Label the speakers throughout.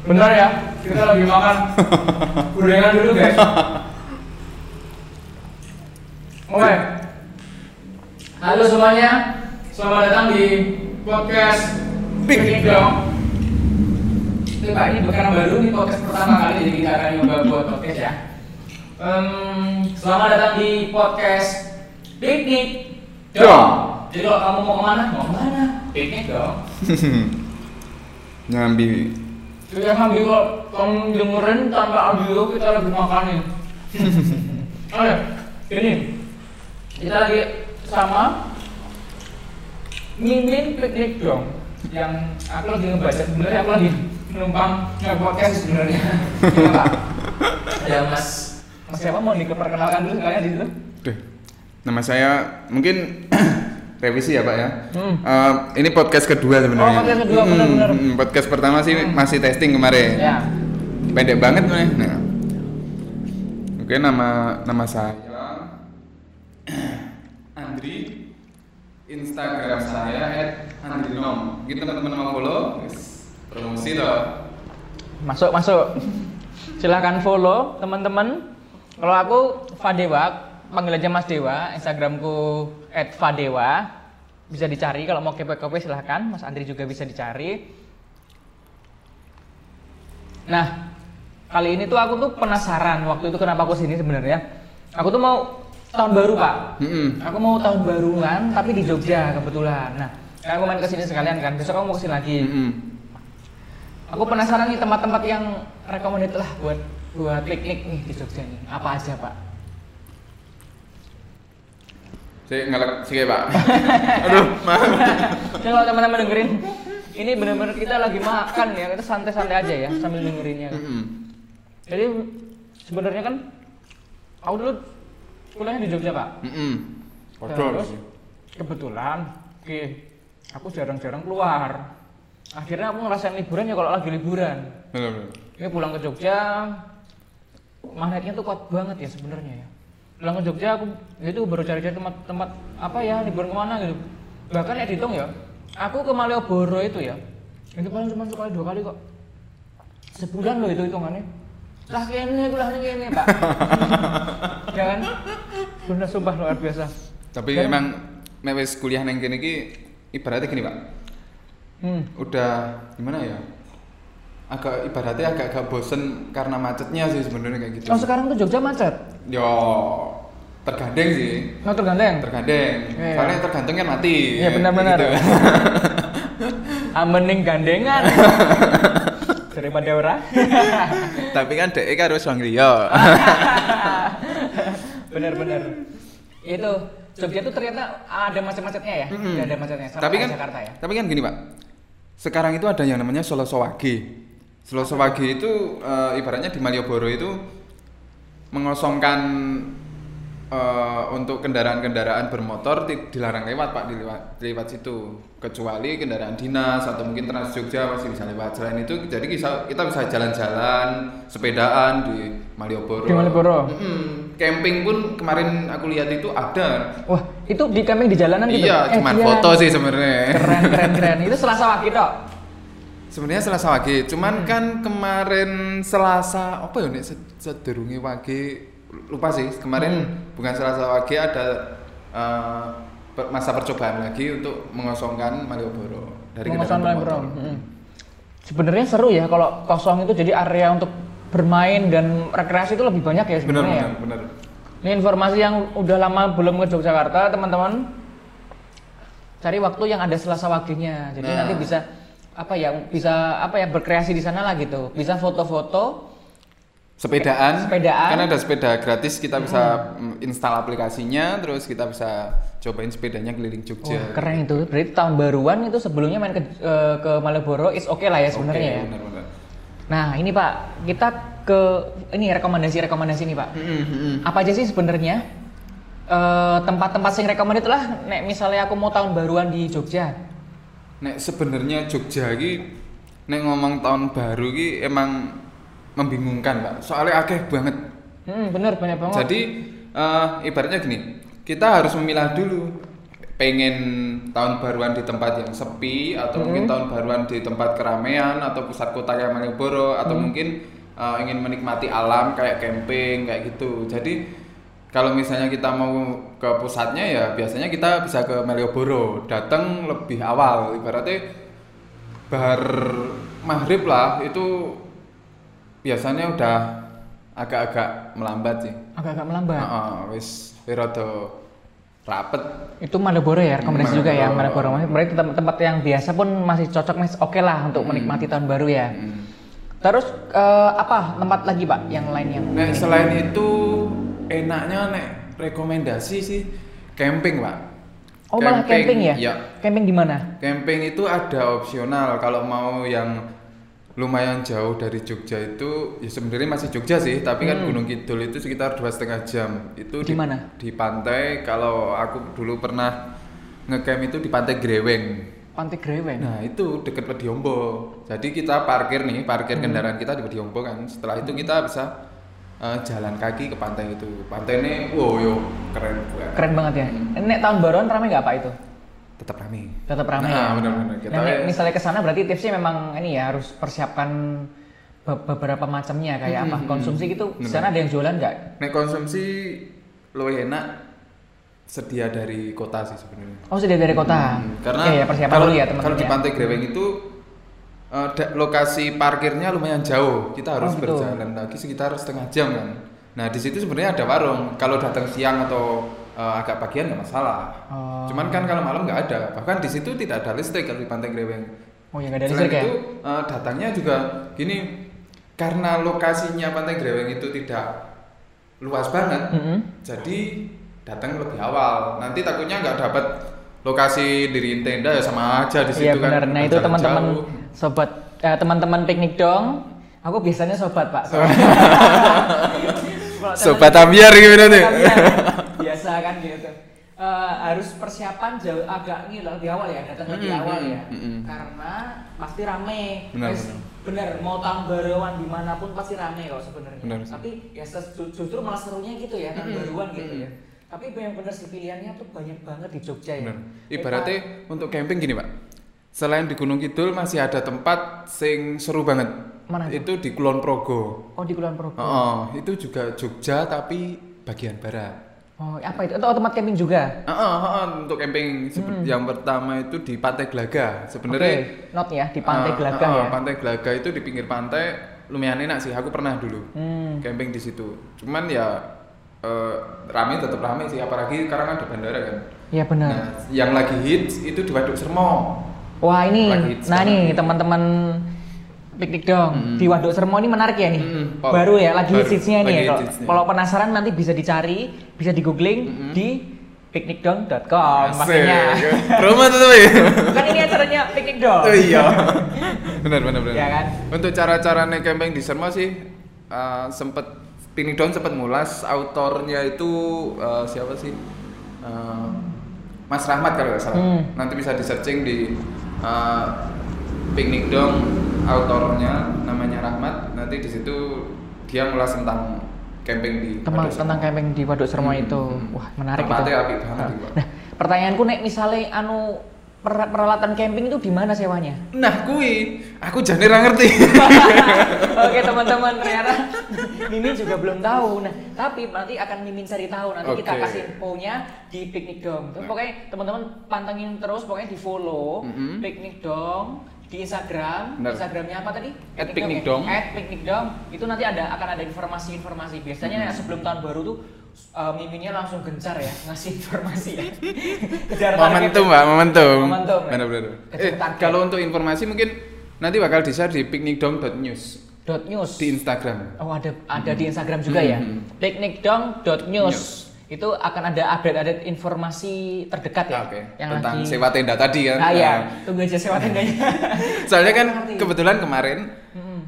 Speaker 1: Bentar ya, kita lagi makan gorengan dulu guys. Oke. Halo semuanya, selamat datang di podcast
Speaker 2: Pink.
Speaker 1: Pink dong. Ini Pak, ini bukan baru, ini podcast pertama kali jadi kita akan nyoba buat podcast ya. Em, selamat datang di podcast Piknik dong. Jadi kalau kamu mau kemana, mau kemana? Piknik dong.
Speaker 2: nyambi
Speaker 1: Iya kan Biko, kamu dengerin tanpa audio kita lagi makanin Oke, ini Kita lagi sama Mimin Piknik dong Yang aku lagi ngebaca sebenarnya aku lagi menumpang nge podcast sebenarnya Iya, Pak. Ada mas Mas siapa mau diperkenalkan dulu kalian di situ?
Speaker 2: Duh, nama saya mungkin revisi ya pak ya
Speaker 1: Hmm.
Speaker 2: Eh, ini podcast kedua sebenarnya
Speaker 1: Oh, podcast kedua,
Speaker 2: Mm,
Speaker 1: benar-benar.
Speaker 2: mm, podcast pertama sih
Speaker 1: Hmm.
Speaker 2: masih testing kemarin
Speaker 1: Ya,
Speaker 2: pendek banget nih nah. oke nama nama saya Andri Instagram saya @andrinom mungkin teman-teman mau follow yes, promosi loh
Speaker 1: masuk masuk silahkan follow teman-teman kalau aku Fadewa panggil aja Mas Dewa Instagramku @fadewa bisa dicari kalau mau kepo-kepo silahkan Mas Andri juga bisa dicari nah kali ini tuh aku tuh penasaran waktu itu kenapa aku sini sebenarnya aku tuh mau tahun baru pak
Speaker 2: Mm-mm.
Speaker 1: aku mau tahun baruan tapi di Jogja kebetulan nah aku main kesini sekalian kan besok aku mau kesini lagi
Speaker 2: Mm-mm.
Speaker 1: Aku penasaran nih tempat-tempat yang recommended lah buat buat piknik nih di Jogja nih. Apa aja pak?
Speaker 2: saya ngelak sih pak aduh maaf
Speaker 1: Jadi kalau teman-teman dengerin, ini bener-bener kita lagi makan ya, kita santai-santai aja ya sambil dengerinnya.
Speaker 2: Mm-mm.
Speaker 1: Jadi sebenarnya kan, aku dulu kuliahnya di Jogja pak.
Speaker 2: Mm-mm.
Speaker 1: Terus
Speaker 2: ya.
Speaker 1: kebetulan, oke, aku jarang-jarang keluar. Akhirnya aku ngerasain liburan ya kalau lagi liburan.
Speaker 2: Bener, bener.
Speaker 1: Ini pulang ke Jogja, magnetnya tuh kuat banget ya sebenarnya ya. Pulang ke Jogja aku ya itu baru cari-cari tempat-tempat apa ya liburan kemana gitu. Bahkan ya dihitung ya, aku ke Malioboro itu ya, itu paling cuma sekali dua kali kok. Sebulan loh itu hitungannya. Lah kene aku lah kene pak. ya kan? Bener sumpah luar biasa.
Speaker 2: Tapi
Speaker 1: Dan-
Speaker 2: emang nek wis kuliah neng kene iki ibaratnya gini, Pak.
Speaker 1: Hmm.
Speaker 2: Udah gimana ya? Agak ibaratnya agak agak bosen karena macetnya sih sebenarnya kayak gitu.
Speaker 1: Oh sekarang tuh Jogja macet.
Speaker 2: Yo tergandeng sih.
Speaker 1: Nah tergandeng.
Speaker 2: Tergandeng.
Speaker 1: Iya.
Speaker 2: Soalnya tergandeng kan mati.
Speaker 1: Iya benar-benar.
Speaker 2: Gitu.
Speaker 1: Amening Ah, gandengan daripada ora.
Speaker 2: Tapi kan dek karo wong liya.
Speaker 1: Benar-benar. Itu Jogja tuh ternyata ada macet-macetnya ya.
Speaker 2: Mm-mm.
Speaker 1: Ada macetnya. Sama
Speaker 2: tapi
Speaker 1: kayak
Speaker 2: kan
Speaker 1: Jakarta ya.
Speaker 2: tapi kan gini pak sekarang itu ada yang namanya Soloso Wage Soloso Wage itu eh, ibaratnya di Malioboro itu mengosongkan eh, untuk kendaraan-kendaraan bermotor di- dilarang lewat pak di lewat, lewat situ kecuali kendaraan dinas atau mungkin Trans Jogja masih bisa lewat selain itu jadi bisa- kita bisa jalan-jalan sepedaan di Malioboro
Speaker 1: Di Malioboro.
Speaker 2: Mm-mm. camping pun kemarin aku lihat itu ada
Speaker 1: Wah, itu di camping di jalanan gitu.
Speaker 2: iya
Speaker 1: Eh,
Speaker 2: cuman
Speaker 1: iya.
Speaker 2: foto sih sebenarnya
Speaker 1: Keren, keren, keren. Itu Selasa Wage tok.
Speaker 2: Sebenarnya Selasa Wage,
Speaker 1: Hmm.
Speaker 2: cuman kan kemarin Selasa apa ya nek sed- sederunge Wage lupa sih. Kemarin
Speaker 1: Hmm.
Speaker 2: bukan Selasa Wage ada eh, per- masa percobaan lagi untuk mengosongkan Malioboro dari
Speaker 1: Pengosongan
Speaker 2: kendaraan
Speaker 1: Malioboro.
Speaker 2: bermotor.
Speaker 1: Mm. Sebenarnya seru ya kalau kosong itu jadi area untuk bermain dan rekreasi itu lebih banyak ya
Speaker 2: Bener
Speaker 1: sebenarnya. ya.
Speaker 2: bener bener.
Speaker 1: Ini informasi yang udah lama belum ke Yogyakarta, teman-teman. Cari waktu yang ada Selasa Wagenya. Jadi
Speaker 2: Nah.
Speaker 1: nanti bisa apa ya, bisa apa ya berkreasi di sana lah gitu. Bisa foto-foto.
Speaker 2: Sepedaan,
Speaker 1: Sepedaan. Hmm.
Speaker 2: kan ada sepeda gratis kita bisa mm, install aplikasinya, terus kita bisa cobain sepedanya keliling Jogja.
Speaker 1: Wah, Oh, keren itu. Berarti tahun baruan itu sebelumnya main ke eh, ke Malioboro is oke lah ya
Speaker 2: Oke,
Speaker 1: sebenarnya ya.
Speaker 2: bener, bener.
Speaker 1: Nah, ini Pak, kita ke ini rekomendasi-rekomendasi nih, Pak.
Speaker 2: Mm, mm, mm.
Speaker 1: Apa aja sih sebenarnya eh, tempat-tempat yang recommended lah nek misalnya aku mau tahun baruan di Jogja.
Speaker 2: Nek sebenarnya Jogja iki nek ngomong tahun baru iki emang membingungkan, Pak. Soalnya akeh banget.
Speaker 1: Hmm, bener banyak banget.
Speaker 2: Jadi eh, ibaratnya gini, kita harus memilah dulu pengen tahun baruan di tempat yang sepi atau mungkin tahun baruan di tempat keramaian atau pusat kota kayak Malioboro atau mungkin eh, ingin menikmati alam kayak camping kayak gitu. Jadi kalau misalnya kita mau ke pusatnya ya biasanya kita bisa ke Malioboro, datang lebih awal ibaratnya bar maghrib lah itu biasanya udah agak-agak melambat sih.
Speaker 1: agak-agak melambat.
Speaker 2: Heeh, wis rada rapet.
Speaker 1: Itu Malioboro ya, rekomendasi juga ya Malioboro.
Speaker 2: Malioboro.
Speaker 1: Masih- Berarti tempat, tempat yang biasa pun masih cocok, mas oke lah untuk menikmati tahun baru ya.
Speaker 2: Hmm.
Speaker 1: Terus eh, apa tempat lagi pak yang lain yang
Speaker 2: Nek selain itu enaknya nek rekomendasi sih camping, Pak.
Speaker 1: Oh malah camping ya?
Speaker 2: Iya.
Speaker 1: Camping di mana?
Speaker 2: Camping itu ada opsional kalau mau yang lumayan jauh dari Jogja itu ya sebenarnya masih Jogja sih tapi kan Gunung Kidul itu sekitar dua setengah jam itu
Speaker 1: Hmm. Di mana?
Speaker 2: di pantai kalau aku dulu pernah ngecamp itu di pantai Greweng
Speaker 1: Pantai Greweng.
Speaker 2: Nah itu deket Pediombo. Jadi kita parkir nih, parkir kendaraan kita di Pediombo kan. Setelah itu kita bisa eh, jalan kaki ke pantai itu. Pantai ini, wow yo keren banget.
Speaker 1: Keren banget ya.
Speaker 2: Hmm.
Speaker 1: Nek tahun baruan ramai nggak pak itu?
Speaker 2: Tetap rame.
Speaker 1: Tetap ramai.
Speaker 2: Nah,
Speaker 1: ya?
Speaker 2: benar-benar. Kita-
Speaker 1: Nah, Nek, misalnya ke sana berarti tipsnya memang ini ya harus persiapkan be- beberapa macamnya kayak
Speaker 2: Hmm.
Speaker 1: apa konsumsi gitu. Di sana ada yang jualan nggak?
Speaker 2: Nek konsumsi lebih enak sedia dari kota sih sebenarnya.
Speaker 1: Oh sudah dari kota.
Speaker 2: Hmm,
Speaker 1: Oke,
Speaker 2: karena
Speaker 1: ya, persiapan
Speaker 2: kalau,
Speaker 1: dulu ya
Speaker 2: kalau
Speaker 1: teman-teman.
Speaker 2: di
Speaker 1: ya.
Speaker 2: Pantai Greweng itu eh, da- lokasi parkirnya lumayan jauh. Kita harus
Speaker 1: Oh, gitu.
Speaker 2: berjalan lagi sekitar setengah jam kan. Nah di situ sebenarnya ada warung. Kalau datang siang atau eh, agak pagian nggak masalah.
Speaker 1: Oh.
Speaker 2: Cuman kan kalau malam nggak ada. Bahkan di situ tidak ada listrik kalau di Pantai Greweng.
Speaker 1: Oh ya nggak ada
Speaker 2: Selain
Speaker 1: listrik ya?
Speaker 2: itu eh, datangnya juga gini karena lokasinya Pantai Greweng itu tidak luas banget.
Speaker 1: Mm-mm.
Speaker 2: Jadi datang lebih awal. Nanti takutnya nggak dapat lokasi diri tenda ya sama aja di situ
Speaker 1: Iya
Speaker 2: kan.
Speaker 1: benar. Nah
Speaker 2: Udah
Speaker 1: itu
Speaker 2: jalan
Speaker 1: teman-teman
Speaker 2: jauh.
Speaker 1: sobat eh, teman-teman piknik dong. Aku biasanya sobat pak. Sobat, Kalau
Speaker 2: Sobat ambiar gitu kan ya? gimana tuh?
Speaker 1: Kalian biasa kan gitu Eh, harus persiapan jauh agak ini loh di awal ya datang lebih
Speaker 2: Mm-mm,
Speaker 1: awal ya
Speaker 2: mm-mm, mm-mm.
Speaker 1: karena pasti rame
Speaker 2: Benar,
Speaker 1: Terus, benar mau tahun baruan dimanapun pasti rame kok sebenarnya
Speaker 2: Benar sih.
Speaker 1: tapi ya ses- ju- justru malah serunya gitu ya tahun
Speaker 2: Mm-mm,
Speaker 1: baruan gitu
Speaker 2: mm-mm.
Speaker 1: ya tapi yang benar sih pilihannya tuh banyak banget di Jogja ya
Speaker 2: Benar. Ibaratnya untuk camping gini pak. Selain di Gunung Kidul masih ada tempat sing seru banget.
Speaker 1: Mana tuh?
Speaker 2: Itu di Kulon Progo.
Speaker 1: oh di Kulon Progo oh.
Speaker 2: Oh, itu juga Jogja tapi bagian barat.
Speaker 1: Oh, apa itu atau tempat camping juga
Speaker 2: Oh, untuk camping sebe- yang pertama itu di Pantai Glaga. Sebenarnya
Speaker 1: Hmm. Oke, not ya di Pantai
Speaker 2: eh. Ah,
Speaker 1: Glaga
Speaker 2: ah,
Speaker 1: ya
Speaker 2: Pantai Glaga itu di pinggir pantai lumayan enak sih. Aku pernah dulu
Speaker 1: Hmm.
Speaker 2: camping di situ. Cuman ya eh, rame tetap rame sih. Apalagi sekarang ada bandara kan.
Speaker 1: ya benar
Speaker 2: Nah, yang lagi hits itu di Waduk Sermo.
Speaker 1: Wah ini,
Speaker 2: Lagi hits
Speaker 1: nah
Speaker 2: banget.
Speaker 1: nih teman-teman piknik dong di Waduk Sermo ini menarik ya nih,
Speaker 2: Mm-mm, Pop.
Speaker 1: baru ya lagi
Speaker 2: Hmm. Baru,
Speaker 1: hitsnya
Speaker 2: lagi
Speaker 1: nih. ya. Kalau-
Speaker 2: hitsnya.
Speaker 1: Kalau penasaran nanti bisa dicari, bisa di googling di piknikdong.com pastinya.
Speaker 2: Hmm. Asik. Promo ya? tuh tapi.
Speaker 1: Bukan Kan ini acaranya piknik dong.
Speaker 2: Oh iya. benar benar benar.
Speaker 1: Iya kan?
Speaker 2: Untuk cara-cara naik camping di Sermo sih eh, sempet Pini Down sempet ngulas autornya itu eh, siapa sih? Eh, Mas Rahmat kalau nggak salah.
Speaker 1: Hmm.
Speaker 2: Nanti bisa di searching di eh, Piknik Dong autornya namanya Rahmat. Nanti di situ dia ngulas tentang camping di
Speaker 1: Tentang,
Speaker 2: Waduk Sermo.
Speaker 1: tentang camping di Waduk Sermo
Speaker 2: Mm-mm,
Speaker 1: itu,
Speaker 2: mm-mm.
Speaker 1: wah menarik
Speaker 2: Hmm. Tempatnya
Speaker 1: itu.
Speaker 2: apik banget itu, Pak.
Speaker 1: Nah pertanyaanku nek misalnya anu per- peralatan camping itu di mana sewanya?
Speaker 2: Nah, kui, aku jane ra ngerti.
Speaker 1: Oke teman-teman ternyata Mimin juga belum tahu. Nah tapi nanti akan Mimin cari tahu. Nanti kita
Speaker 2: Oke. Nah.
Speaker 1: kasih infonya di piknik dong. Terus pokoknya teman-teman pantengin terus pokoknya di follow
Speaker 2: Mhm.
Speaker 1: piknik dong di Instagram.
Speaker 2: Benar.
Speaker 1: Instagramnya apa tadi? Piknik
Speaker 2: At piknik
Speaker 1: Dong,
Speaker 2: dong.
Speaker 1: ya? At piknik dong. Itu nanti ada akan ada informasi-informasi. Biasanya
Speaker 2: Mm-hmm.
Speaker 1: sebelum tahun baru tuh eh, miminnya langsung gencar ya ngasih informasi ya. Kejar target. ya.
Speaker 2: momentum mbak momentum
Speaker 1: Momentum, ya?
Speaker 2: benar benar
Speaker 1: Kejar
Speaker 2: eh
Speaker 1: target.
Speaker 2: kalau untuk informasi mungkin nanti bakal di share di piknikdom.news
Speaker 1: Dot news.
Speaker 2: di Instagram
Speaker 1: Oh ada ada di Instagram juga ya.
Speaker 2: Mhm.
Speaker 1: Piknikdong.news
Speaker 2: News.
Speaker 1: itu akan ada update-update informasi terdekat ya.
Speaker 2: Ah, oke
Speaker 1: Yang
Speaker 2: tentang
Speaker 1: lagi...
Speaker 2: sewa tenda tadi kan
Speaker 1: Ah ya,
Speaker 2: Nah,
Speaker 1: tunggu aja sewa tendanya.
Speaker 2: soalnya kan
Speaker 1: Ngerti. Hmm.
Speaker 2: kebetulan kemarin
Speaker 1: Mm-mm.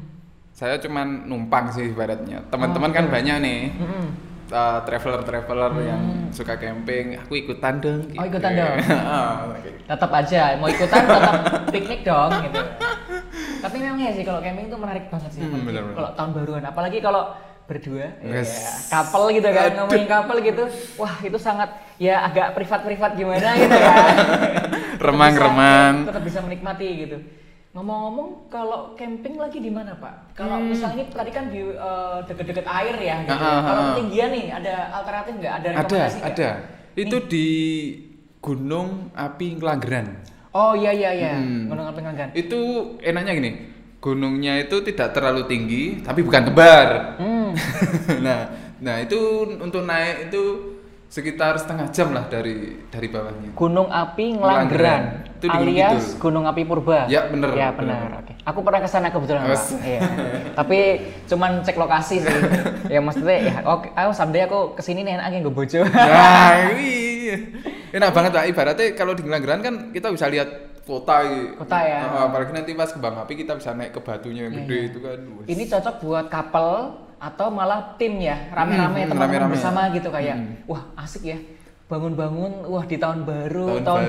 Speaker 2: saya cuman numpang sih ibaratnya teman-teman kan banyak nih
Speaker 1: Oh, Mm-mm.
Speaker 2: uh, traveler traveler yang suka camping aku ikutan dong
Speaker 1: Oh, ikutan dong.
Speaker 2: Heeh, oke.
Speaker 1: Tetap aja mau ikutan tetap piknik dong gitu. Tapi memang ya sih kalau camping itu menarik banget sih.
Speaker 2: Hmm, benar-benar.
Speaker 1: Kalau tahun baruan apalagi kalau berdua
Speaker 2: Wes.
Speaker 1: Iya, couple gitu kan
Speaker 2: Aduh.
Speaker 1: ngomongin couple gitu wah itu sangat ya agak privat-privat gimana gitu kan
Speaker 2: Remang-remang.
Speaker 1: tetap bisa menikmati gitu ngomong-ngomong kalau camping lagi di mana pak kalau
Speaker 2: Hmm.
Speaker 1: misalnya tadi kan di eh, deket-deket air ya gitu.
Speaker 2: Ah, ah,
Speaker 1: kalau
Speaker 2: ah.
Speaker 1: ketinggian nih ada alternatif nggak ada
Speaker 2: ada
Speaker 1: rekomendasi nggak?
Speaker 2: ada itu di Gunung Api Ngelanggeran
Speaker 1: oh iya iya iya
Speaker 2: Hmm.
Speaker 1: gunung apa nganggan
Speaker 2: itu enaknya gini gunungnya itu tidak terlalu tinggi tapi bukan tebar
Speaker 1: hmm.
Speaker 2: nah nah itu untuk naik itu sekitar setengah jam lah dari dari bawahnya
Speaker 1: Gunung Api
Speaker 2: Ngelanggeran.
Speaker 1: Ngelanggeran
Speaker 2: Itu di Gunung
Speaker 1: alias
Speaker 2: Kidul.
Speaker 1: Gunung Api Purba.
Speaker 2: Ya, bener,
Speaker 1: Ya
Speaker 2: bener.
Speaker 1: benar. Oke. Aku pernah ke sana kebetulan, Pak.
Speaker 2: Wes.
Speaker 1: Iya. Tapi cuman cek lokasi sih. ya maksudnya ya oke, aku someday aku kesini nih enaknya gue bojo.
Speaker 2: nah ini enak banget pak ibaratnya kalau di Ngelanggeran kan kita bisa lihat kota gitu.
Speaker 1: Kota ya.
Speaker 2: Ah, apalagi nanti pas kembang api kita bisa naik ke batunya
Speaker 1: Iya,
Speaker 2: yang gede
Speaker 1: iya.
Speaker 2: itu kan Wes.
Speaker 1: Ini cocok buat couple atau malah tim ya, rame-rame
Speaker 2: Hmm,
Speaker 1: teman-teman
Speaker 2: rame-rame.
Speaker 1: bersama gitu kayak.
Speaker 2: Hmm.
Speaker 1: Wah, asik ya. Bangun-bangun, wah di tahun baru, tahun,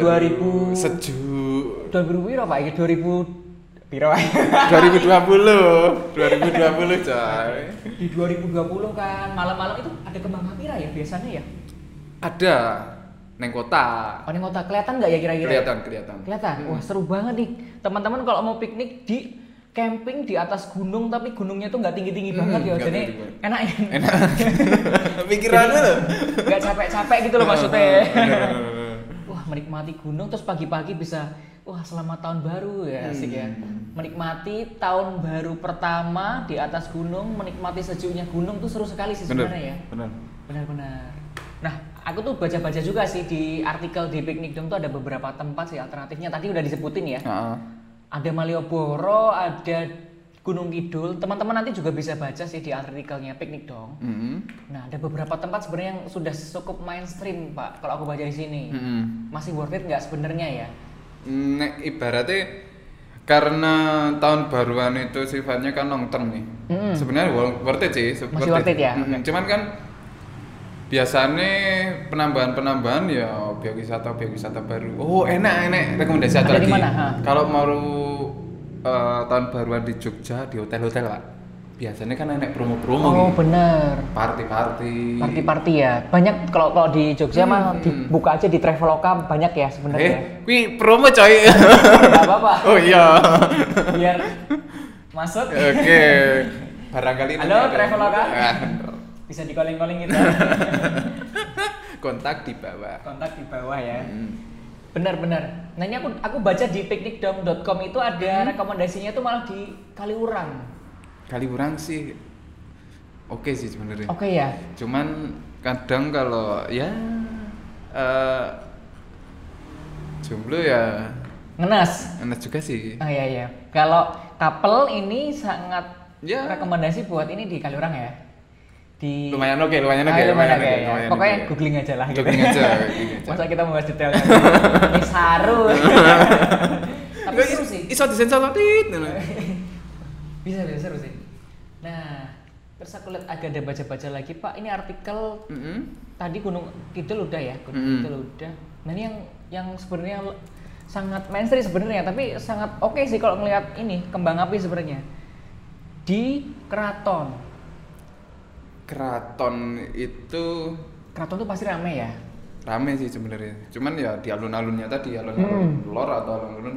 Speaker 1: 2000.
Speaker 2: baru, sejuk
Speaker 1: 2000 piro, Pak? Iki 2000 piro? Pak?
Speaker 2: 2020 2020 coy
Speaker 1: di 2020 kan malam-malam itu ada kembang api ya biasanya ya
Speaker 2: ada neng kota
Speaker 1: Oh, ini kota kelihatan nggak ya kira-kira?
Speaker 2: kelihatan Hmm. kelihatan
Speaker 1: Kelihatan? Wah seru banget nih. Teman-teman kalau mau piknik di camping di atas gunung tapi gunungnya tuh nggak tinggi-tinggi
Speaker 2: Hmm,
Speaker 1: banget ya.
Speaker 2: nggak
Speaker 1: Jadi
Speaker 2: tinggi banget.
Speaker 1: enak ya.
Speaker 2: enak pikirannya loh Hmm,
Speaker 1: Nggak capek-capek gitu loh maksudnya.
Speaker 2: Bener, bener, bener.
Speaker 1: Wah menikmati gunung terus pagi-pagi bisa wah selamat tahun baru
Speaker 2: Hmm.
Speaker 1: ya asik ya. Menikmati tahun baru pertama di atas gunung, menikmati sejuknya gunung tuh seru sekali sih
Speaker 2: bener
Speaker 1: sebenarnya ya.
Speaker 2: bener
Speaker 1: Benar-benar. Nah, aku tuh baca-baca juga sih di artikel di Picnic Dome tuh ada beberapa tempat sih alternatifnya. Tadi udah disebutin ya.
Speaker 2: Heeh.
Speaker 1: Ada Malioboro, ada Gunung Kidul. Teman-teman nanti juga bisa baca sih di artikelnya Picnic Dome.
Speaker 2: Mm-mm.
Speaker 1: Nah, ada beberapa tempat sebenarnya yang sudah cukup mainstream, Pak. Kalau aku baca di sini.
Speaker 2: Mm-mm.
Speaker 1: Masih worth it nggak sebenarnya ya?
Speaker 2: mm-hmm. Nek ibaratnya karena tahun baruan itu sifatnya kan long term nih.
Speaker 1: Mm-mm.
Speaker 2: Sebenarnya wor- worth it sih. se-
Speaker 1: Mm-hmm. Masih worth it ya?
Speaker 2: Mm-mm. Cuman kan biasanya penambahan-penambahan ya biowisata biowisata baru. Oh enak enak rekomendasi satu
Speaker 1: Ada di
Speaker 2: lagi.
Speaker 1: mana, ha?
Speaker 2: Kalau mau eh, tahun baruan di Jogja di hotel-hotel lah. Biasanya kan enak promo-promo
Speaker 1: Oh,
Speaker 2: gitu.
Speaker 1: bener.
Speaker 2: Party-party.
Speaker 1: Party-party ya. Banyak kalau kalau di Jogja mah dibuka aja di Traveloka banyak ya sebenarnya.
Speaker 2: Eh, wih promo coy.
Speaker 1: Nggak apa-apa.
Speaker 2: oh iya.
Speaker 1: biar masuk
Speaker 2: Oke. Barangkali nanti
Speaker 1: Halo,
Speaker 2: ada-
Speaker 1: Traveloka?
Speaker 2: Ah,
Speaker 1: bisa di calling calling gitu
Speaker 2: Kontak di bawah.
Speaker 1: kontak di bawah ya
Speaker 2: Hmm.
Speaker 1: benar benar nah ini aku aku baca di picnicdom.com itu
Speaker 2: Hmm.
Speaker 1: ada rekomendasinya itu malah di Kaliurang
Speaker 2: Kaliurang sih oke sih sebenarnya.
Speaker 1: oke ya
Speaker 2: Cuman kadang kalau ya eh jomblo ya
Speaker 1: ngenes
Speaker 2: enak juga sih.
Speaker 1: oh iya iya kalau couple ini sangat
Speaker 2: Ya.
Speaker 1: rekomendasi buat ini di Kaliurang ya di
Speaker 2: Lumayan oke, lumayan
Speaker 1: Ah,
Speaker 2: oke,
Speaker 1: lumayan oke ya.
Speaker 2: lumayan
Speaker 1: pokoknya
Speaker 2: oke.
Speaker 1: googling aja lah gitu
Speaker 2: Googling aja, googling aja.
Speaker 1: masa kita mau bahas detailnya Ini saru tapi
Speaker 2: Nggak,
Speaker 1: seru
Speaker 2: is-
Speaker 1: sih
Speaker 2: Iso disensor tit. ngono.
Speaker 1: bisa bisa seru sih nah terus aku lihat agak ada baca-baca lagi pak ini artikel
Speaker 2: Mm-mm.
Speaker 1: tadi gunung kidul udah ya gunung
Speaker 2: Mm-mm.
Speaker 1: kidul udah nah ini yang yang sebenarnya l- sangat mainstream sebenarnya tapi sangat oke sih kalau ngelihat ini kembang api sebenarnya di keraton
Speaker 2: Keraton itu
Speaker 1: keraton tuh pasti rame ya
Speaker 2: rame sih sebenarnya. Cuman ya di alun-alunnya tadi alun-alun lor atau alun-alun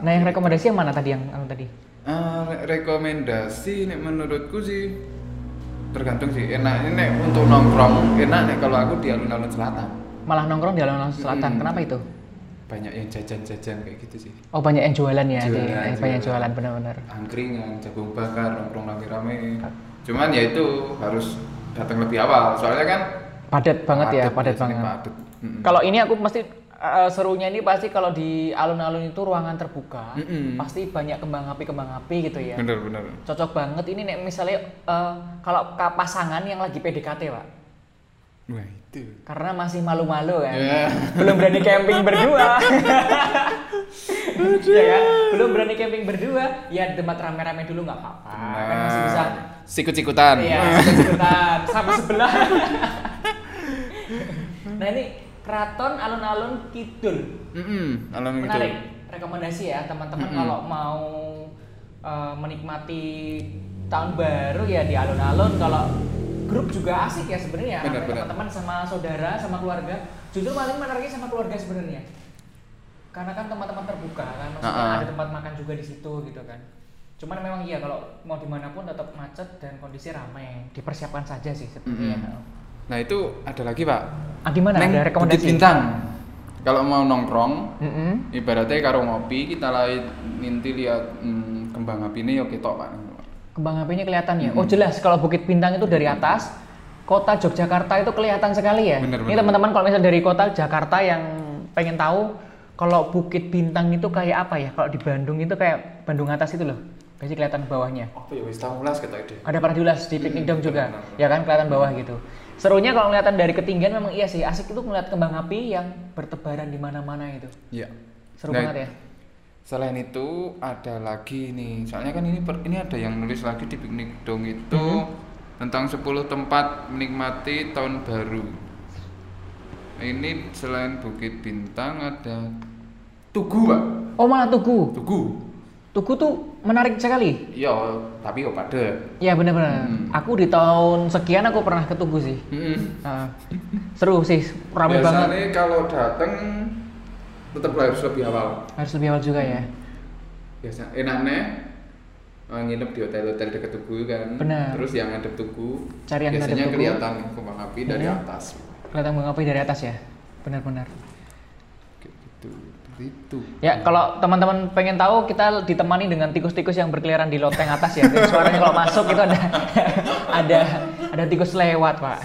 Speaker 1: Hmm. nah yang rekomendasi yang mana tadi yang anu tadi
Speaker 2: Ah, re- rekomendasi nek menurutku sih tergantung sih enaknya nek untuk nongkrong enak nek kalau aku di alun-alun selatan
Speaker 1: malah nongkrong di alun-alun selatan
Speaker 2: Mm-mm.
Speaker 1: kenapa itu
Speaker 2: banyak yang jajan-jajan kayak gitu sih
Speaker 1: oh banyak yang jualan ya di- eh,
Speaker 2: Jualan,
Speaker 1: banyak
Speaker 2: jualan.
Speaker 1: jualan benar-benar
Speaker 2: angkringan jagung bakar nongkrong rame-rame cuman ya itu harus datang lebih awal soalnya kan
Speaker 1: padat banget ya padat
Speaker 2: biasanya
Speaker 1: banget
Speaker 2: padat. Mm-mm.
Speaker 1: Kalau ini aku pasti eh, serunya ini pasti kalau di alun-alun itu ruangan terbuka,
Speaker 2: Mm-mm.
Speaker 1: pasti banyak kembang api kembang api gitu ya.
Speaker 2: bener bener
Speaker 1: Cocok banget ini nek misalnya eh, kalau ka- pasangan yang lagi PDKT pak,
Speaker 2: wah itu
Speaker 1: karena masih malu-malu kan,
Speaker 2: Ya.
Speaker 1: belum berani camping berdua. Iya kan? belum berani camping berdua, ya demat rame-rame dulu nggak apa-apa, kan masih bisa.
Speaker 2: Nah, sikut-sikutan
Speaker 1: Iya, sebentar sama sebelah. nah ini keraton alun-alun kidul.
Speaker 2: Mm-mm, alun gitu
Speaker 1: menarik rekomendasi ya teman-teman
Speaker 2: Mm-mm.
Speaker 1: kalau mau eh, menikmati tahun baru ya di alun-alun kalau grup juga asik ya sebenarnya
Speaker 2: Benar,
Speaker 1: sama
Speaker 2: benar.
Speaker 1: teman-teman sama saudara sama keluarga justru paling menariknya sama keluarga sebenarnya karena kan teman-teman terbuka kan maksudnya
Speaker 2: Ah, ah.
Speaker 1: ada tempat makan juga di situ gitu kan cuman memang iya kalau mau dimanapun tetap macet dan kondisi ramai dipersiapkan saja sih sebenarnya
Speaker 2: Mm-mm. Nah itu ada lagi pak.
Speaker 1: ah di mana
Speaker 2: Neng
Speaker 1: ada
Speaker 2: Bukit
Speaker 1: rekomendasi
Speaker 2: Bintang. Kalau mau nongkrong,
Speaker 1: Mm-mm.
Speaker 2: ibaratnya karo ngopi kita lagi ninti lihat hmm, kembang api ini yo ketok pak.
Speaker 1: Kembang apinya kelihatan ya.
Speaker 2: Hmm.
Speaker 1: Oh jelas kalau Bukit Bintang itu dari atas, kota Yogyakarta itu kelihatan sekali ya. Ini
Speaker 2: Bener, bener.
Speaker 1: teman-teman kalau misalnya dari kota Jakarta yang pengen tahu kalau Bukit Bintang itu kayak apa ya? Kalau di Bandung itu kayak Bandung atas itu loh. Kasih kelihatan bawahnya.
Speaker 2: Apa ya wis tahu ulas ketok ide.
Speaker 1: Ada pernah diulas di piknik
Speaker 2: Hmm,
Speaker 1: dong juga.
Speaker 2: bener, bener.
Speaker 1: Ya kan kelihatan bawah gitu. Serunya kalau kelihatan dari ketinggian memang iya sih. Asik itu ngeliat kembang api yang bertebaran di mana-mana itu.
Speaker 2: Iya.
Speaker 1: Seru
Speaker 2: Nah,
Speaker 1: banget ya.
Speaker 2: Selain itu ada lagi nih, soalnya kan ini per- ini ada yang nulis lagi di piknik dong itu tentang 10 tempat menikmati tahun baru. Ini selain Bukit Bintang ada Tugu pak,
Speaker 1: Oh malah Tugu.
Speaker 2: Tugu.
Speaker 1: Tugu tuh menarik sekali.
Speaker 2: Iya, tapi yo pada.
Speaker 1: Ya benar-benar. Aku di tahun sekian aku pernah ke Tugu sih. Nah, seru sih, ramai banget.
Speaker 2: Biasanya kalau dateng tetap harus lebih awal.
Speaker 1: Harus lebih awal juga ya.
Speaker 2: Biasa enaknya eh, nginep di hotel-hotel dekat Tugu kan.
Speaker 1: Benar.
Speaker 2: Terus yang ngadep Tugu.
Speaker 1: Cari yang
Speaker 2: biasanya
Speaker 1: ngadep Tugu.
Speaker 2: kelihatan kembang api dari
Speaker 1: Iya.
Speaker 2: atas.
Speaker 1: Kelihatan Bang Api dari atas ya. Benar-benar.
Speaker 2: Kayak gitu. Itu.
Speaker 1: Ya, kalau teman-teman pengen tahu kita ditemani dengan tikus-tikus yang berkeliaran di loteng atas ya. Jadi suaranya kalau masuk itu ada ada ada tikus lewat, Pak.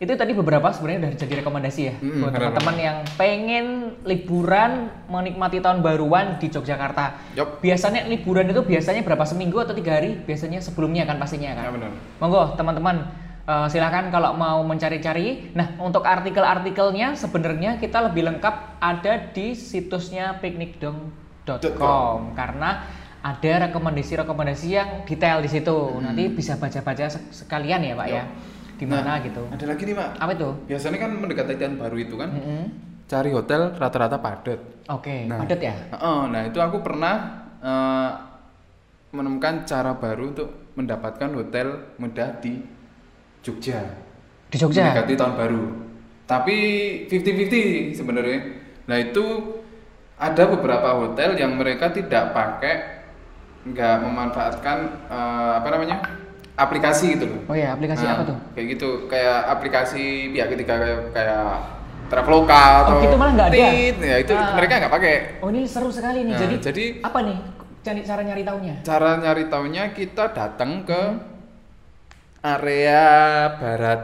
Speaker 1: Itu tadi beberapa sebenarnya udah jadi rekomendasi ya
Speaker 2: Mm,
Speaker 1: buat
Speaker 2: benar,
Speaker 1: teman-teman yang pengen liburan menikmati tahun baruan di Yogyakarta.
Speaker 2: Yop.
Speaker 1: Biasanya liburan itu biasanya berapa seminggu atau tiga hari? Biasanya sebelumnya kan pastinya kan.
Speaker 2: Ya benar.
Speaker 1: Monggo teman-teman eh, silahkan kalau mau mencari-cari. Nah untuk artikel-artikelnya sebenarnya kita lebih lengkap ada di situsnya piknikdong.com karena ada rekomendasi-rekomendasi yang detail di situ.
Speaker 2: Hmm.
Speaker 1: Nanti bisa baca-baca se- sekalian ya pak ya. Di mana gitu.
Speaker 2: Ada lagi nih, Mak.
Speaker 1: Apa itu?
Speaker 2: Biasanya kan mendekati tahun baru itu kan
Speaker 1: Mm-mm.
Speaker 2: cari hotel rata-rata padat.
Speaker 1: Oke,
Speaker 2: Nah.
Speaker 1: padat ya.
Speaker 2: Heeh, nah itu aku pernah eh, menemukan cara baru untuk mendapatkan hotel mudah di Jogja.
Speaker 1: Di Jogja.
Speaker 2: Mendekati tahun baru. Tapi 50-50 sebenarnya. Nah itu ada beberapa hotel yang mereka tidak pakai, nggak memanfaatkan eh, apa namanya aplikasi gitu loh.
Speaker 1: Oh ya aplikasi
Speaker 2: Nah,
Speaker 1: apa tuh?
Speaker 2: Kayak gitu, kayak aplikasi pihak ketiga kayak, kayak Traveloka atau
Speaker 1: gitu malah nggak ada?
Speaker 2: Tit, ya itu
Speaker 1: Ah.
Speaker 2: mereka nggak pakai.
Speaker 1: Oh ini seru sekali nih.
Speaker 2: Nah,
Speaker 1: jadi,
Speaker 2: jadi-
Speaker 1: apa nih cari- cara nyari tahunya?
Speaker 2: Cara nyari taunya kita datang ke
Speaker 1: Hmm.
Speaker 2: area barat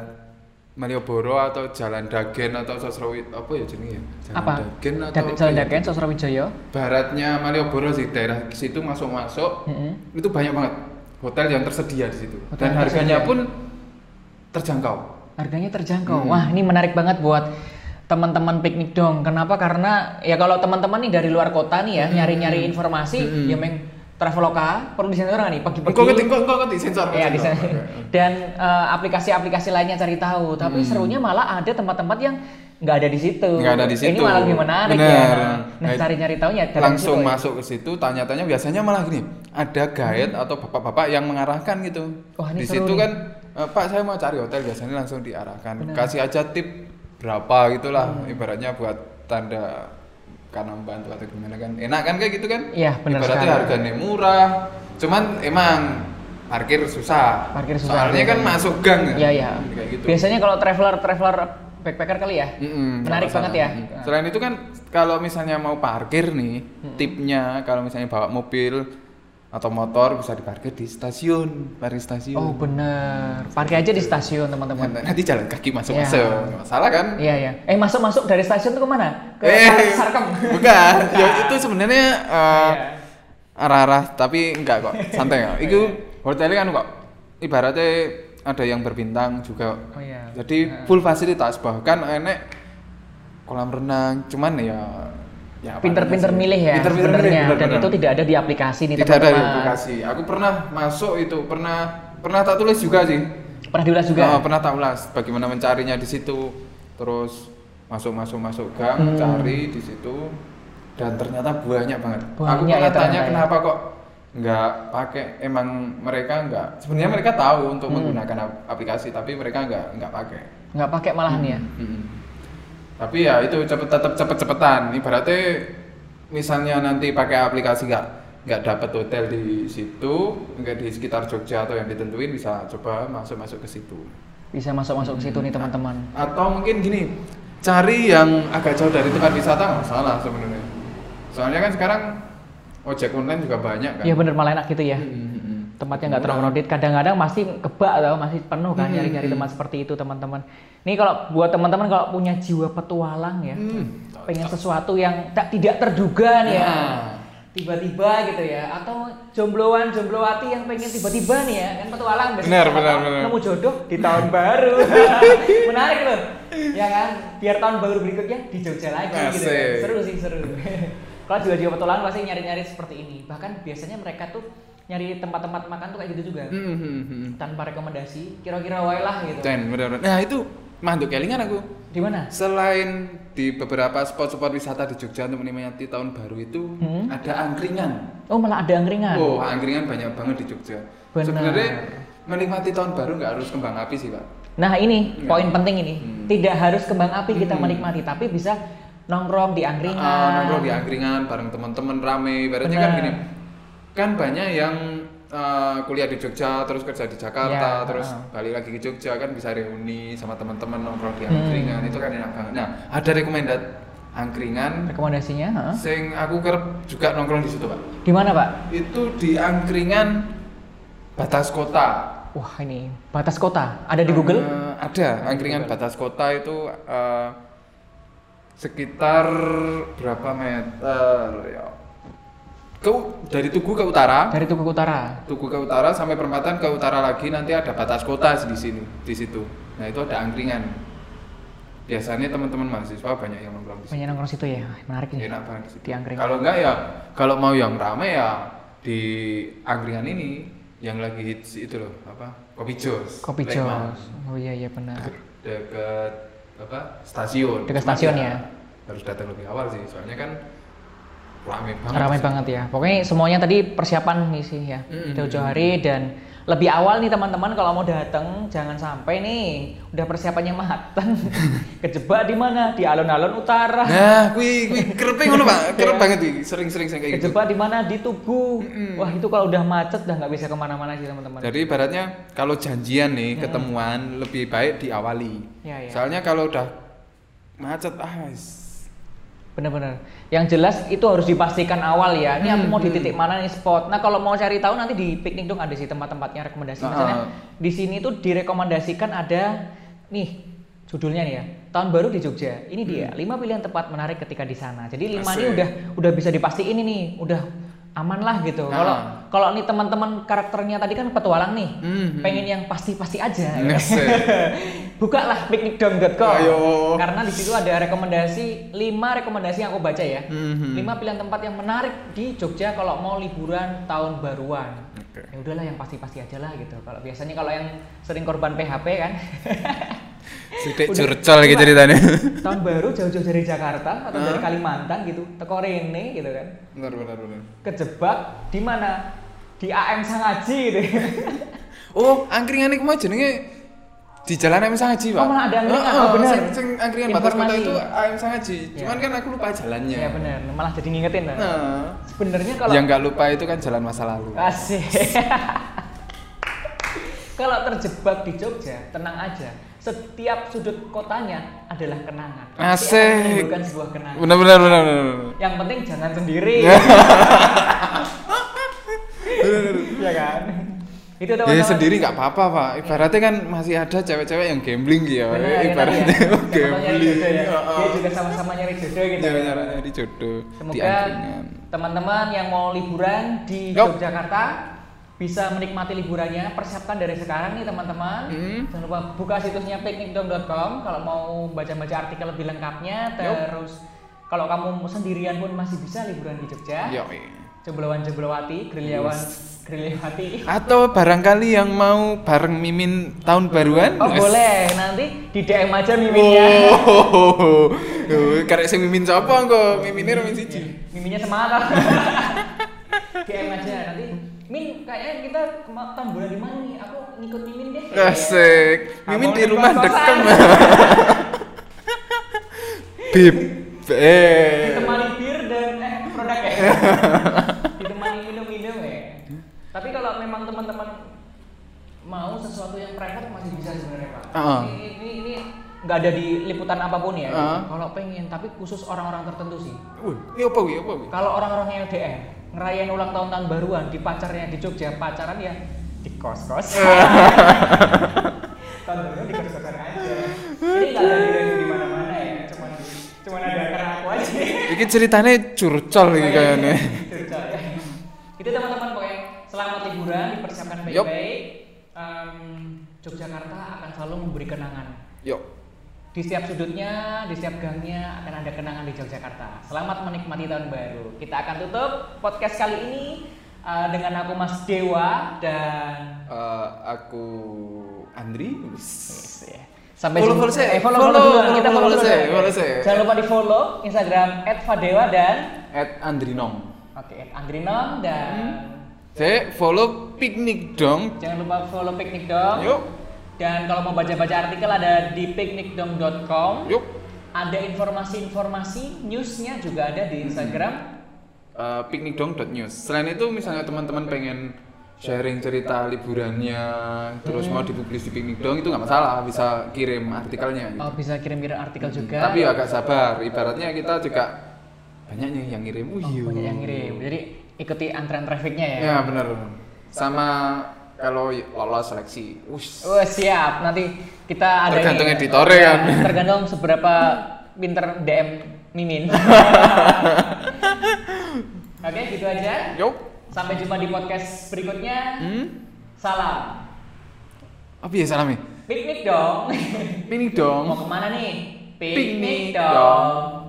Speaker 2: Malioboro atau Jalan Dagen atau Sosrawit apa ya jenenge ya? Jalan
Speaker 1: apa?
Speaker 2: Dagen atau
Speaker 1: Dag-
Speaker 2: apa
Speaker 1: Jalan
Speaker 2: ya?
Speaker 1: Dagen, Sosrawijoyo.
Speaker 2: Baratnya Malioboro sih daerah situ masuk-masuk
Speaker 1: Mm-mm.
Speaker 2: itu banyak banget hotel yang tersedia di situ
Speaker 1: Hotel
Speaker 2: dan
Speaker 1: yang
Speaker 2: harganya
Speaker 1: tersedia.
Speaker 2: pun terjangkau.
Speaker 1: Harganya terjangkau.
Speaker 2: Hmm.
Speaker 1: Wah, ini menarik banget buat teman-teman piknik dong. Kenapa? Karena ya kalau teman-teman nih dari luar kota nih ya
Speaker 2: Hmm.
Speaker 1: nyari-nyari informasi, ya meng Traveloka perlu disentuh nih
Speaker 2: Engkau Hmm. ngerti,
Speaker 1: pagi-pagi.
Speaker 2: engkau engkau ngerti sensor.
Speaker 1: Ya, di sana.
Speaker 2: sensor.
Speaker 1: Dan eh, aplikasi-aplikasi lainnya cari tahu. Tapi serunya malah ada tempat-tempat yang nggak ada di situ.
Speaker 2: Hmm. Nggak ada di
Speaker 1: Ini
Speaker 2: situ.
Speaker 1: malah lebih menarik ya.
Speaker 2: Benar.
Speaker 1: Nah,
Speaker 2: Nah,
Speaker 1: cari-cari tahunya dalam
Speaker 2: langsung
Speaker 1: situ ya.
Speaker 2: masuk ke situ tanya-tanya biasanya malah gini ada guide atau bapak-bapak yang mengarahkan gitu
Speaker 1: Wah, ini
Speaker 2: di
Speaker 1: seru
Speaker 2: situ
Speaker 1: nih.
Speaker 2: kan "Eh, pak saya mau cari hotel biasanya langsung diarahkan kasih aja tip berapa gitulah
Speaker 1: Hmm.
Speaker 2: ibaratnya buat tanda karena bantu atau gimana kan enak kan kayak gitu kan
Speaker 1: Iya, benar
Speaker 2: ibaratnya
Speaker 1: sekali.
Speaker 2: harganya murah cuman emang parkir susah
Speaker 1: Parkir susah,
Speaker 2: soalnya kan
Speaker 1: biasanya.
Speaker 2: masuk gang kan?
Speaker 1: Iya, iya.
Speaker 2: kayak gitu Iya.
Speaker 1: Biasanya kalau traveler-traveler backpacker kali ya.
Speaker 2: Mm-mm,
Speaker 1: Menarik
Speaker 2: kalau
Speaker 1: banget ya.
Speaker 2: sana. Mm. Selain itu kan kalau misalnya mau parkir nih, tipnya kalau misalnya bawa mobil atau motor bisa diparkir di stasiun, parkir stasiun.
Speaker 1: Oh bener, parkir aja di
Speaker 2: Iya.
Speaker 1: stasiun teman-teman.
Speaker 2: Nanti nanti jalan kaki masuk
Speaker 1: Iya.
Speaker 2: masuk, nggak masalah kan?
Speaker 1: Iya ya. Eh masuk masuk dari stasiun tuh kemana? Ke
Speaker 2: Eh.
Speaker 1: Sarkem.
Speaker 2: Bukan, ya itu sebenarnya eh,
Speaker 1: Iya.
Speaker 2: arah-arah tapi enggak kok, santai kok. Itu
Speaker 1: Iya.
Speaker 2: hotelnya kan kok ibaratnya ada yang berbintang juga.
Speaker 1: Oh iya.
Speaker 2: Jadi full fasilitas bahkan enek kolam renang, cuman ya ya apa
Speaker 1: Pinter-pinter
Speaker 2: namanya sih?
Speaker 1: milih ya.
Speaker 2: Pinter-pinter milih,
Speaker 1: sebenarnya. Dan
Speaker 2: benar-benar.
Speaker 1: itu tidak ada di aplikasi nih
Speaker 2: tidak ada di
Speaker 1: teman-teman.
Speaker 2: aplikasi. Aku pernah masuk itu, pernah pernah tak tulis juga sih.
Speaker 1: Pernah diulas juga.
Speaker 2: Ah, pernah tak ulas bagaimana mencarinya di situ. Terus masuk masuk masuk gang,
Speaker 1: Hmm.
Speaker 2: cari di situ dan ternyata banyak banget. aku
Speaker 1: Banyak ya
Speaker 2: pernah tanya
Speaker 1: ternyata ya.
Speaker 2: kenapa kok nggak pakai emang mereka nggak sebenarnya mereka tahu untuk
Speaker 1: Hmm.
Speaker 2: menggunakan ap- aplikasi tapi mereka nggak nggak pakai
Speaker 1: nggak pakai malahan ya
Speaker 2: Mm-mm. tapi ya itu cepet tetap cepet cepetan ibaratnya misalnya nanti pakai aplikasi nggak nggak dapat hotel di situ nggak di sekitar Jogja atau yang ditentuin bisa coba masuk masuk ke situ
Speaker 1: bisa masuk masuk ke situ nih teman-teman
Speaker 2: atau mungkin gini cari yang agak jauh dari tempat wisata nggak salah sebenarnya soalnya kan sekarang ojek online juga banyak kan
Speaker 1: iya
Speaker 2: Mm-hmm.
Speaker 1: bener malah enak gitu ya
Speaker 2: Mm-mm.
Speaker 1: tempatnya nggak tercrowded kadang-kadang masih kebak atau masih penuh kan
Speaker 2: Hmm.
Speaker 1: nyari-nyari tempat seperti itu teman-teman ini kalau buat teman-teman kalau punya jiwa petualang ya
Speaker 2: Hmm.
Speaker 1: pengen sesuatu yang tak tidak terduga nih ya
Speaker 2: Nah.
Speaker 1: tiba-tiba gitu ya atau jombloan jomblowati yang pengen tiba-tiba nih ya kan petualang biasanya
Speaker 2: Benar,
Speaker 1: siapa
Speaker 2: benar,
Speaker 1: tahu
Speaker 2: benar.
Speaker 1: nemu jodoh di tahun baru menarik loh ya kan biar tahun baru berikutnya di Jogja lagi gitu ya.
Speaker 2: Asik.
Speaker 1: seru sih seru kalau jiwa-jiwa petualang pasti nyari-nyari seperti ini bahkan biasanya mereka tuh nyari tempat-tempat makan tuh kayak gitu juga
Speaker 2: Hmm, hmm, hmm.
Speaker 1: tanpa rekomendasi kira-kira wae lah gitu
Speaker 2: Dan benar-benar. Nah itu mantuk kelingan aku.
Speaker 1: di mana
Speaker 2: Selain di beberapa spot-spot wisata di Jogja untuk menikmati tahun baru itu
Speaker 1: Hmm.
Speaker 2: ada angkringan.
Speaker 1: oh malah ada angkringan
Speaker 2: Oh angkringan banyak banget di Jogja.
Speaker 1: Benar.
Speaker 2: Sebenarnya menikmati tahun baru nggak harus kembang api sih pak.
Speaker 1: Nah ini
Speaker 2: Iya.
Speaker 1: poin penting ini.
Speaker 2: Hmm.
Speaker 1: Tidak harus kembang api kita
Speaker 2: Hmm.
Speaker 1: menikmati, tapi bisa nongkrong di angkringan.
Speaker 2: Ah, nongkrong di angkringan bareng teman-teman rame. Ibaratnya kan
Speaker 1: Benar.
Speaker 2: gini, kan banyak yang eh, kuliah di Jogja terus kerja di
Speaker 1: Ya,
Speaker 2: Jakarta terus
Speaker 1: ah.
Speaker 2: balik lagi ke Jogja kan bisa reuni sama teman-teman nongkrong di
Speaker 1: Hmm.
Speaker 2: angkringan itu kan enak banget. Nah ada rekomendat angkringan
Speaker 1: Rekomendasinya? ha?
Speaker 2: sing aku kerep juga nongkrong di situ pak
Speaker 1: Di mana pak?
Speaker 2: itu di angkringan batas kota
Speaker 1: Wah ini batas kota. Ada di Google?
Speaker 2: Eh, ada angkringan batas kota itu eh, sekitar berapa meter ya ke dari tugu ke utara
Speaker 1: Dari Tugu Utara.
Speaker 2: tugu ke utara sampai perempatan ke utara lagi nanti ada batas kota di sini di situ nah itu ada angkringan biasanya teman-teman mahasiswa banyak yang nongkrong di situ
Speaker 1: Banyak nongkrong situ ya. Menarik ini.
Speaker 2: enak banget di situ.
Speaker 1: Di angkringan.
Speaker 2: Kalau enggak ya, kalau mau yang rame ya di angkringan ini yang lagi hits itu loh, apa? Kopi Jos.
Speaker 1: Kopi
Speaker 2: Lekman.
Speaker 1: Jos. Oh iya iya benar.
Speaker 2: Deket apa? Stasiun.
Speaker 1: Deket
Speaker 2: Cuman
Speaker 1: stasiun ya.
Speaker 2: Harus datang lebih awal sih, soalnya kan rame banget.
Speaker 1: Ramai
Speaker 2: sih.
Speaker 1: banget ya. Pokoknya semuanya tadi persiapan nih sih ya.
Speaker 2: Mm-mm.
Speaker 1: Jauh-jauh hari dan lebih awal nih teman-teman kalau mau datang jangan sampai nih udah persiapannya matang kejebak di mana di alun-alun utara
Speaker 2: Nah, kui kui kerepe ngono, Pak.
Speaker 1: Iya.
Speaker 2: Kerep banget iki, sering-sering saya kayak gitu.
Speaker 1: kejebak di mana di tugu
Speaker 2: Mm-mm.
Speaker 1: wah itu kalau udah macet udah nggak bisa kemana-mana sih teman-teman
Speaker 2: Jadi ibaratnya kalau janjian
Speaker 1: Nah.
Speaker 2: nih ketemuan lebih baik diawali.
Speaker 1: Ya, ya.
Speaker 2: Soalnya kalau udah macet ah wis.
Speaker 1: bener-bener yang jelas itu harus dipastikan awal ya ini aku mau di titik mana nih spot nah kalau mau cari tahu nanti di piknik dong ada sih tempat-tempatnya rekomendasi
Speaker 2: Ah.
Speaker 1: misalnya di sini tuh direkomendasikan ada nih judulnya nih ya tahun baru di Jogja ini dia lima pilihan tempat menarik ketika di sana jadi lima ini
Speaker 2: Mm. Asik.
Speaker 1: udah udah bisa dipastiin ini nih udah aman lah gitu kalau
Speaker 2: Ah.
Speaker 1: kalau nih teman-teman karakternya tadi kan petualang nih
Speaker 2: Mhm.
Speaker 1: pengen yang pasti-pasti aja ya.
Speaker 2: Hmm, Ngesek.
Speaker 1: Bukalah piknikdom.com.
Speaker 2: Ayo.
Speaker 1: Karena di situ ada rekomendasi 5 rekomendasi yang aku baca ya.
Speaker 2: Mhm.
Speaker 1: 5 pilihan tempat yang menarik di Jogja kalau mau liburan tahun baruan.
Speaker 2: Oke.
Speaker 1: Ya udahlah yang pasti-pasti aja lah gitu. Kalau biasanya kalau yang sering korban PHP kan
Speaker 2: Sidik
Speaker 1: Udah.
Speaker 2: curcol gitu
Speaker 1: Cuma-
Speaker 2: ceritanya.
Speaker 1: tahun baru jauh-jauh dari Jakarta atau dari
Speaker 2: Hah?
Speaker 1: Kalimantan gitu, teko rene gitu kan.
Speaker 2: Benar benar benar.
Speaker 1: Kejebak di mana? Di AM Sangaji gitu.
Speaker 2: Oh, angkringan iku mah jenenge di Jalan AM Sangaji, Pak.
Speaker 1: Oh, malah ada angkringan.
Speaker 2: Heeh,
Speaker 1: Oh, benar.
Speaker 2: Sing, sing angkringan batas kota
Speaker 1: Informasi.
Speaker 2: itu AM Sangaji. Cuman
Speaker 1: Ya.
Speaker 2: kan aku lupa jalannya.
Speaker 1: ya benar, malah jadi ngingetin. Nah.
Speaker 2: Nah,
Speaker 1: Sebenarnya kalau
Speaker 2: yang nggak lupa itu kan jalan masa lalu.
Speaker 1: Asik. Kalau terjebak di Jogja, tenang aja. Setiap sudut kotanya adalah kenangan. Pasti akan
Speaker 2: Asik.
Speaker 1: menimbulkan sebuah kenangan.
Speaker 2: Benar benar benar benar. benar.
Speaker 1: Yang penting jangan sendiri. ya kan? Itu
Speaker 2: Ya
Speaker 1: teman-teman.
Speaker 2: sendiri nggak apa-apa pak. Ibaratnya kan masih ada cewek-cewek yang gambling gitu ya.
Speaker 1: Benar, ya,
Speaker 2: Ibaratnya
Speaker 1: tadi ya. Sama-sama nyari jodoh ya.
Speaker 2: gambling. Heeh. Iya,
Speaker 1: Dia juga sama-sama nyari jodoh gitu.
Speaker 2: Nyari-nyari nyari jodoh di
Speaker 1: Semoga
Speaker 2: angkringan.
Speaker 1: teman-teman yang mau liburan di
Speaker 2: Yup.
Speaker 1: Yogyakarta bisa menikmati liburannya. Persiapkan dari sekarang nih teman-teman.
Speaker 2: Hmm.
Speaker 1: Jangan lupa buka situsnya piknikdom.com kalau mau baca-baca artikel lebih lengkapnya.
Speaker 2: Yup.
Speaker 1: Terus kalau kamu sendirian pun masih bisa liburan di Jogja.
Speaker 2: Yoi.
Speaker 1: Jeblowan-jeblowati, gerilyawan, gerilyawati.
Speaker 2: Atau barangkali yang mau bareng Mimin tahun baruan?
Speaker 1: Oh boleh, nanti di DM aja miminnya.
Speaker 2: Oh, karek sing Mimin sapa engko? Mimine Romin siji.
Speaker 1: Miminya semangat. DM aja nanti Min, kayaknya kita kema- tahun bulan di mana nih? Aku ngikut Mimin deh.
Speaker 2: Asik. Eh, Mimin
Speaker 1: Abang
Speaker 2: di
Speaker 1: di
Speaker 2: rumah
Speaker 1: kos-kosan.
Speaker 2: dekem. Bib. Eh.
Speaker 1: Ditemani bir dan eh produk ya. Ditemani minum-minum ya. Tapi kalau memang teman-teman mau sesuatu yang private masih bisa sebenarnya pak.
Speaker 2: Ah.
Speaker 1: Ini ini ini nggak ada di liputan apapun ya.
Speaker 2: Ah.
Speaker 1: Kalau pengen, tapi khusus orang-orang tertentu sih.
Speaker 2: Wih, ini apa wih? Apa wih?
Speaker 1: Kalau orang-orang LDR ngerayain ulang tahun tahun baruan di pacarnya di Jogja pacaran ya di kos kos. tahun baru di kos kosan aja. Ini nggak ada di di mana mana ya, cuman cuman
Speaker 2: Iya.
Speaker 1: ada karena aku aja.
Speaker 2: Iki ceritanya curcol iki kayaknya.
Speaker 1: Cerita ya. Itu teman-teman pokoknya selamat liburan dipersiapkan
Speaker 2: Yup.
Speaker 1: baik-baik. Em, Yogyakarta akan selalu memberi kenangan.
Speaker 2: Yuk.
Speaker 1: Di setiap sudutnya, di setiap gangnya akan ada kenangan di Yogyakarta. Selamat menikmati tahun baru. Kita akan tutup podcast kali ini uh, dengan aku Mas Dewa dan
Speaker 2: Eh, aku Andri.
Speaker 1: Yes, ya. sampai
Speaker 2: Follow,
Speaker 1: jumpa-
Speaker 2: follow saya.
Speaker 1: eh, follow,
Speaker 2: Follow,
Speaker 1: follow, duluan.
Speaker 2: follow,
Speaker 1: kita follow,
Speaker 2: follow
Speaker 1: duluan.
Speaker 2: saya, follow saya.
Speaker 1: Jangan lupa di follow Instagram @fadewa dan
Speaker 2: At Andri Nong.
Speaker 1: oke @andrinom dan
Speaker 2: Hmm. Saya follow piknik dong.
Speaker 1: jangan lupa follow piknik dong.
Speaker 2: Yuk.
Speaker 1: Dan kalau mau baca-baca artikel ada di piknikdom.com.
Speaker 2: Yuk.
Speaker 1: Ada informasi-informasi, newsnya juga ada di Instagram.
Speaker 2: Eh, piknikdong.news. Selain itu misalnya teman-teman pengen sharing cerita liburannya terus
Speaker 1: Hmm.
Speaker 2: mau dipublis di piknik dong itu nggak masalah bisa kirim artikelnya gitu.
Speaker 1: Oh, bisa kirim-kirim artikel juga.
Speaker 2: tapi ya agak sabar ibaratnya kita juga banyak nih yang ngirim
Speaker 1: Oh,
Speaker 2: Wih, iya.
Speaker 1: banyak yang ngirim. Jadi ikuti antrean trafiknya ya.
Speaker 2: ya benar sama kalau lolos seleksi Ush.
Speaker 1: Oh, siap. Nanti kita ada
Speaker 2: Tergantung
Speaker 1: ini- ya.
Speaker 2: editornya kan.
Speaker 1: Tergantung seberapa pinter DM Mimin. Oke, gitu aja.
Speaker 2: yuk
Speaker 1: Sampai jumpa di podcast berikutnya.
Speaker 2: hmm?
Speaker 1: Salam.
Speaker 2: apa ya salamnya
Speaker 1: Piknik dong.
Speaker 2: piknik
Speaker 1: Mau
Speaker 2: dong
Speaker 1: kemana nih?
Speaker 2: Piknik
Speaker 1: Piknik
Speaker 2: dong.
Speaker 1: dong.